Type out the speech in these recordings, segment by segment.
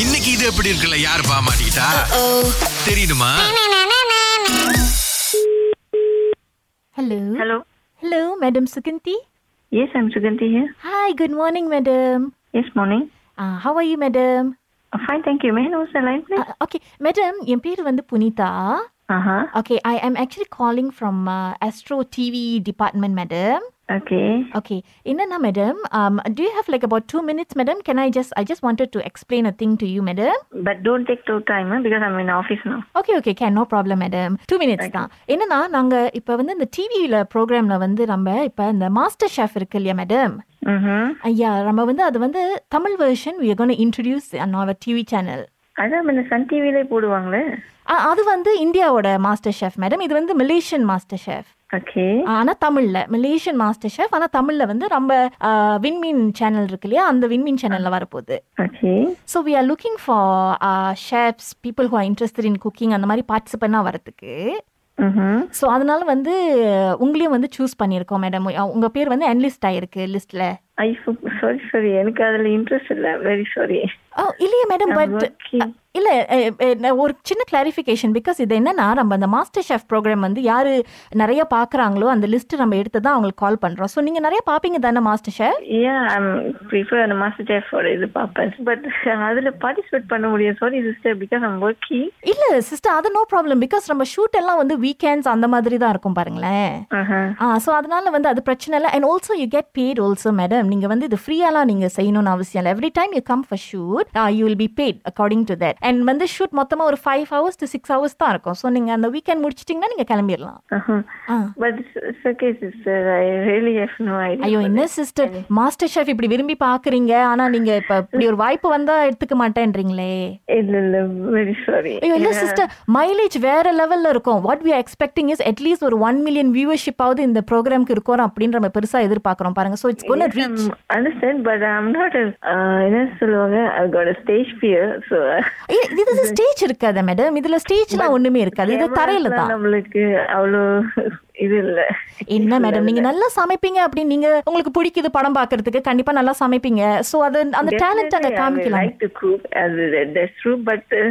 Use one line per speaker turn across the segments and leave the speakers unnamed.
இன்னைக்கு இது எப்படி இருக்குல்ல யார் பாமாட்டா தெரியுமா
hello
hello
hello madam Sukanti
yes I am Sugandhi here
hi good morning madam
yes morning
how are you madam
fine thank you man was the line please
okay madam Ah, என் பேர் வந்து புனிதா
हां हां
okay I am actually calling from Astro TV department madam
okay
okay என்னன்னா um, madam do you have like about two minutes madam can I just I just wanted to explain a thing to you madam
but don't take to time because I am in office now
okay okay can no problem madam two minutes தான் என்னன்னா நாங்கள் இப்போ வந்து இந்த டிவியில் ப்ரோக்ராமில் வந்து நம்ம இப்போ இந்த மாஸ்டர் ஷெஃப் இருக்கு இல்லையா மேடம்
हम्म
ஐயா நம்ம வந்து அது வந்து Tamil version we gonna introduce on our TV channel
அதான் இந்த சன் டிவிலே போடுவாங்களே
அது வந்து இந்தியாவோட மாஸ்டர் ஷெஃப் மேடம் இது வந்து மலேசியன் மாஸ்டர் ஷெஃப்
ஓகே
ஆனால் தமிழில் மலேசியன் மாஸ்டர் ஷெஃப் ஆனால் தமிழில் வந்து நம்ம விண்மீன் சேனல் இருக்கு இல்லையா அந்த விண்மீன் சேனலில் வரப்போகுது
okay
so we are looking for chefs people who are interested in cooking அந்த மாதிரி பார்ட்டிசிபெண்டாக வரதுக்கு
हम्म
ஸோ அதனால வந்து உங்களையும் வந்து சூஸ் பண்ணியிருக்கோம் மேடம் உங்கள் பேர் வந்து அன்லிஸ்ட் ஆயிருக்கு லிஸ்ட்டில்
ஐ சாரி சாரி எனக்கு அதுல இன்ட்ரெஸ்ட் இல்ல வெரி சாரி
ஓ Oh, இல்லையே மேடம்
I'm
பட்
working.
இல்ல அஹ், அஹ், நான் ஒரு சின்ன கிளாரிஃபிகேஷன் பிகாஸ் இது என்னன்னா நம்ம அந்த மாஸ்டர் ஷெஃப் ப்ரோக்ராம் வந்து யாரு நிறைய பாக்குறாங்களோ அந்த லிஸ்ட் நம்ம எடுத்து தான் அவங்களுக்கு கால் பண்றோம் ஸோ நீங்க நிறைய பாப்பீங்க தானே master chef
yeah I'm prefer அந்த மாஸ்டர் சேஃபோட இது பார்ப்பேன் பட் அதுல பார்ட்டிசிபேட் பண்ண முடியும் sorry sister because I'm working
இல்ல சிஸ்டர் அது நோ ப்ராப்ளம் பிகாஸ் நம்ம ஷூட் எல்லாம் வந்து வீக்கெண்ட்ஸ் அந்த மாதிரி தான் இருக்கும் பாருங்களேன்
Uh-huh.
ஆ ஸோ அதனால வந்து அது பிரச்சனை இல்லை and also you get paid also madam நீங்கள் வந்து இது ஃப்ரீயாலாம் நீங்கள் செய்யணும்னு அவசியம் இல்லை every time you come for shoot you will be paid according to that and வந்து ஷூட் மொத்தமாக ஒரு five hours to six hours தான் இருக்கும் ஸோ நீங்கள் அந்த வீக்கெண்ட் முடிச்சிட்டிங்கன்னா நீங்கள் கிளம்பிடலாம்
Uh-huh.
ஆ
but it's okay sister I really have no idea
ஐயோ என்ன சிஸ்டர் மாஸ்டர் ஷெஃப் இப்படி விரும்பி பார்க்குறீங்க ஆனால் நீங்கள் இப்போ இப்படி ஒரு வாய்ப்பு வந்தால் எடுத்துக்க மாட்டேன்றீங்களே
இல்ல இல்ல வெரி சாரி
ஐயோ இல்லை சிஸ்டர் மைலேஜ் வேற லெவலில் இருக்கும் what we expecting is at least ஒரு ஒன் மில்லியன் வியூவர்ஷிப்பாவது இந்த ப்ரோக்ராம்க்கு இருக்கோம் அப்படின்ற நம்ம பெருசாக எதிர்பார்க்குறோம் பாருங்க so it's gonna
Um,
reach
understand but I'm not uh, என்ன சொல்லுவாங்க I got stage fear so
ஐய, இது இது ஸ்டேஜ் இருக்காதா மேடம் இதுல ஸ்டேஜ்லாம் ஒண்ணுமே இருக்காது இது தரையில தான்
நம்மளுக்கு அவ்வளோ இது இல்ல
என்ன மேடம் நீங்க நல்லா சமைப்பீங்க அப்படின்னு நீங்க உங்களுக்கு பிடிக்குது படம் பாக்குறதுக்கு கண்டிப்பா நல்லா சமைப்பீங்க சோ அது அந்த டேலண்ட் அங்க காமிக்கலாம்
லைக் டு குக் அது that's true but uh,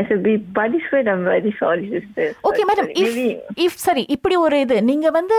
as a be participate i'm very sorry sister
okay madam if if சரி இப்படி ஒரு இது நீங்க வந்து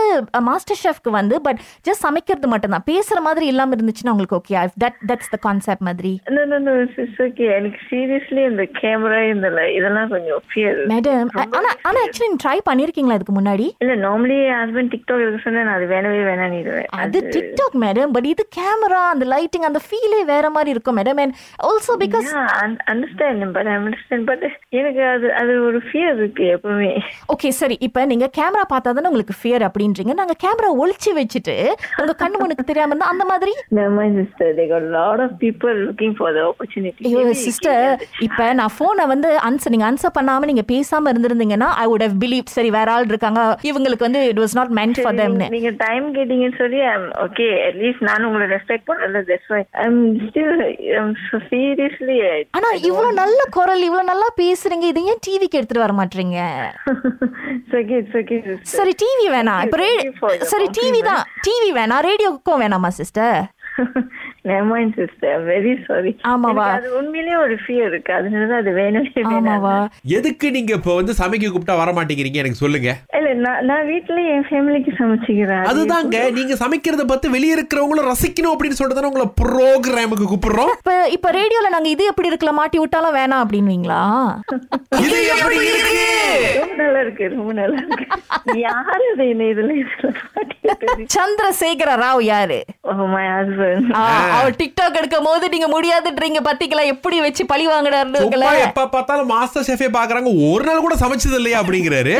மாஸ்டர் ஷெஃப்க்கு வந்து பட் ஜஸ்ட் சமைக்கிறது மட்டும் தான் பேசுற மாதிரி இல்லாம இருந்துச்சுன்னா உங்களுக்கு okay if that that's the concept மாதிரி
no no no it's okay எனக்கு சீரியஸ்லி இந்த கேமரா இந்த li- இதெல்லாம் கொஞ்சம் fear
மேடம் ஆனா ஆனா ஆக்சுவலி ட்ரை பண்ணிருக்கீங்களா இதுக்கு முன்னாடி
இல்ல நார்மலி ஹஸ்பண்ட் டிக்டாக் எடுக்க சொன்னா நான் அது வேணவே வேணான்னு
அது டிக்டாக் மேடம் பட் இது கேமரா அந்த லைட்டிங் அந்த ஃபீலே வேற மாதிரி இருக்கும் madam and also because
Ya, understand but understand but எனக்கு அது அது ஒரு ஃபியர் இருக்கு எப்பவுமே
ஓகே சரி இப்போ நீங்க கேமரா பார்த்தா தானே உங்களுக்கு ஃபியர் அப்படின்றீங்க நாங்க கேமரா ஒளிச்சு வச்சுட்டு உங்க கண்ணு முனுக்கு தெரியாம இருந்தா அந்த மாதிரி
நம்ம sister they got lot of people looking for the opportunity
ஐயோ சிஸ்டர் இப்போ நான் ஃபோனை வந்து ஆன்சர் நீங்க ஆன்சர் பண்ணாம நீங்க பேசாம இருந்திருந்தீங்கன்னா ஐ would have பிலீவ் சரி வேற ஆள் இருக்காங்க இவங்களுக்கு வந்து it was not meant for தம்னு
நீங்க டைம் கேட்டீங்கன்னு சொல்லி ஓகே அட்லீஸ்ட் நான் உங்களை ரெஸ்பெக்ட் பண்ணல that's why I'm still seriously
ஆனா இவ்வளவு நல்ல குரல் இவ்வளவு நல்லா பேசுறீங்க இது ஏன் டிவிக்கு எடுத்துட்டு வர மாட்டீங்க
இட்ஸ் ஓகே இட்ஸ் ஓகே
சரி டிவி வேணாம் இப்போ ரே
Thank you for your
சரி டிவி தான் டிவி வேணாம் ரேடியோவுக்கும் வேணாமா sister
never mind sister very sorry
ஆமாவா?
அது உண்மையிலேயே ஒரு ஃபியர் இருக்கு அதனால தான் அது வேணவே வேணாம்
ஆமாவா
எதுக்கு நீங்க இப்போ வந்து சமைக்க கூப்பிட்டா வர மாட்டேங்கிறீங்க எனக்கு சொல்லுங்க
இல்ல நான் நான் வீட்ல என் ஃபேமிலிக்கு சமைச்சுக்கிறேன் அது
அதுதாங்க நீங்க சமைக்கிறத பார்த்து வெளியே இருக்கிறவங்களும் ரசிக்கணும் அப்படின்னு சொல்லிட்டு உங்களை ப்ரோக்ராமுக்கு கூப்பிடுறோம்
இப்போ இப்போ ரேடியோல நாங்க இது எப்படி இருக்கல மாட்டி விட்டாலும் வேணாம் அப்படின்வீங்களா
இது எப்படி இருக்கு
ரொம்ப நல்லா இருக்கு ரொம்ப நல்லா இருக்கு யாரு அதை என்ன இதுல இதுல பாட்டி
சந்திரசேகர ராவ் யாரு
ஓ மை ஹஸ்பண்ட்
ஆ, அவர் டிக்டாக் எடுக்கும் போது நீங்க முடியாதுன்றீங்க பாத்தீங்களா எப்படி வச்சு பழி வாங்குறாருங்களே
சும்மா எப்ப பார்த்தாலும் மாஸ்டர் ஷெஃபே பாக்குறாங்க ஒரு நாள் கூட சமைச்சது இல்லையா அப்படிங்கிறாரு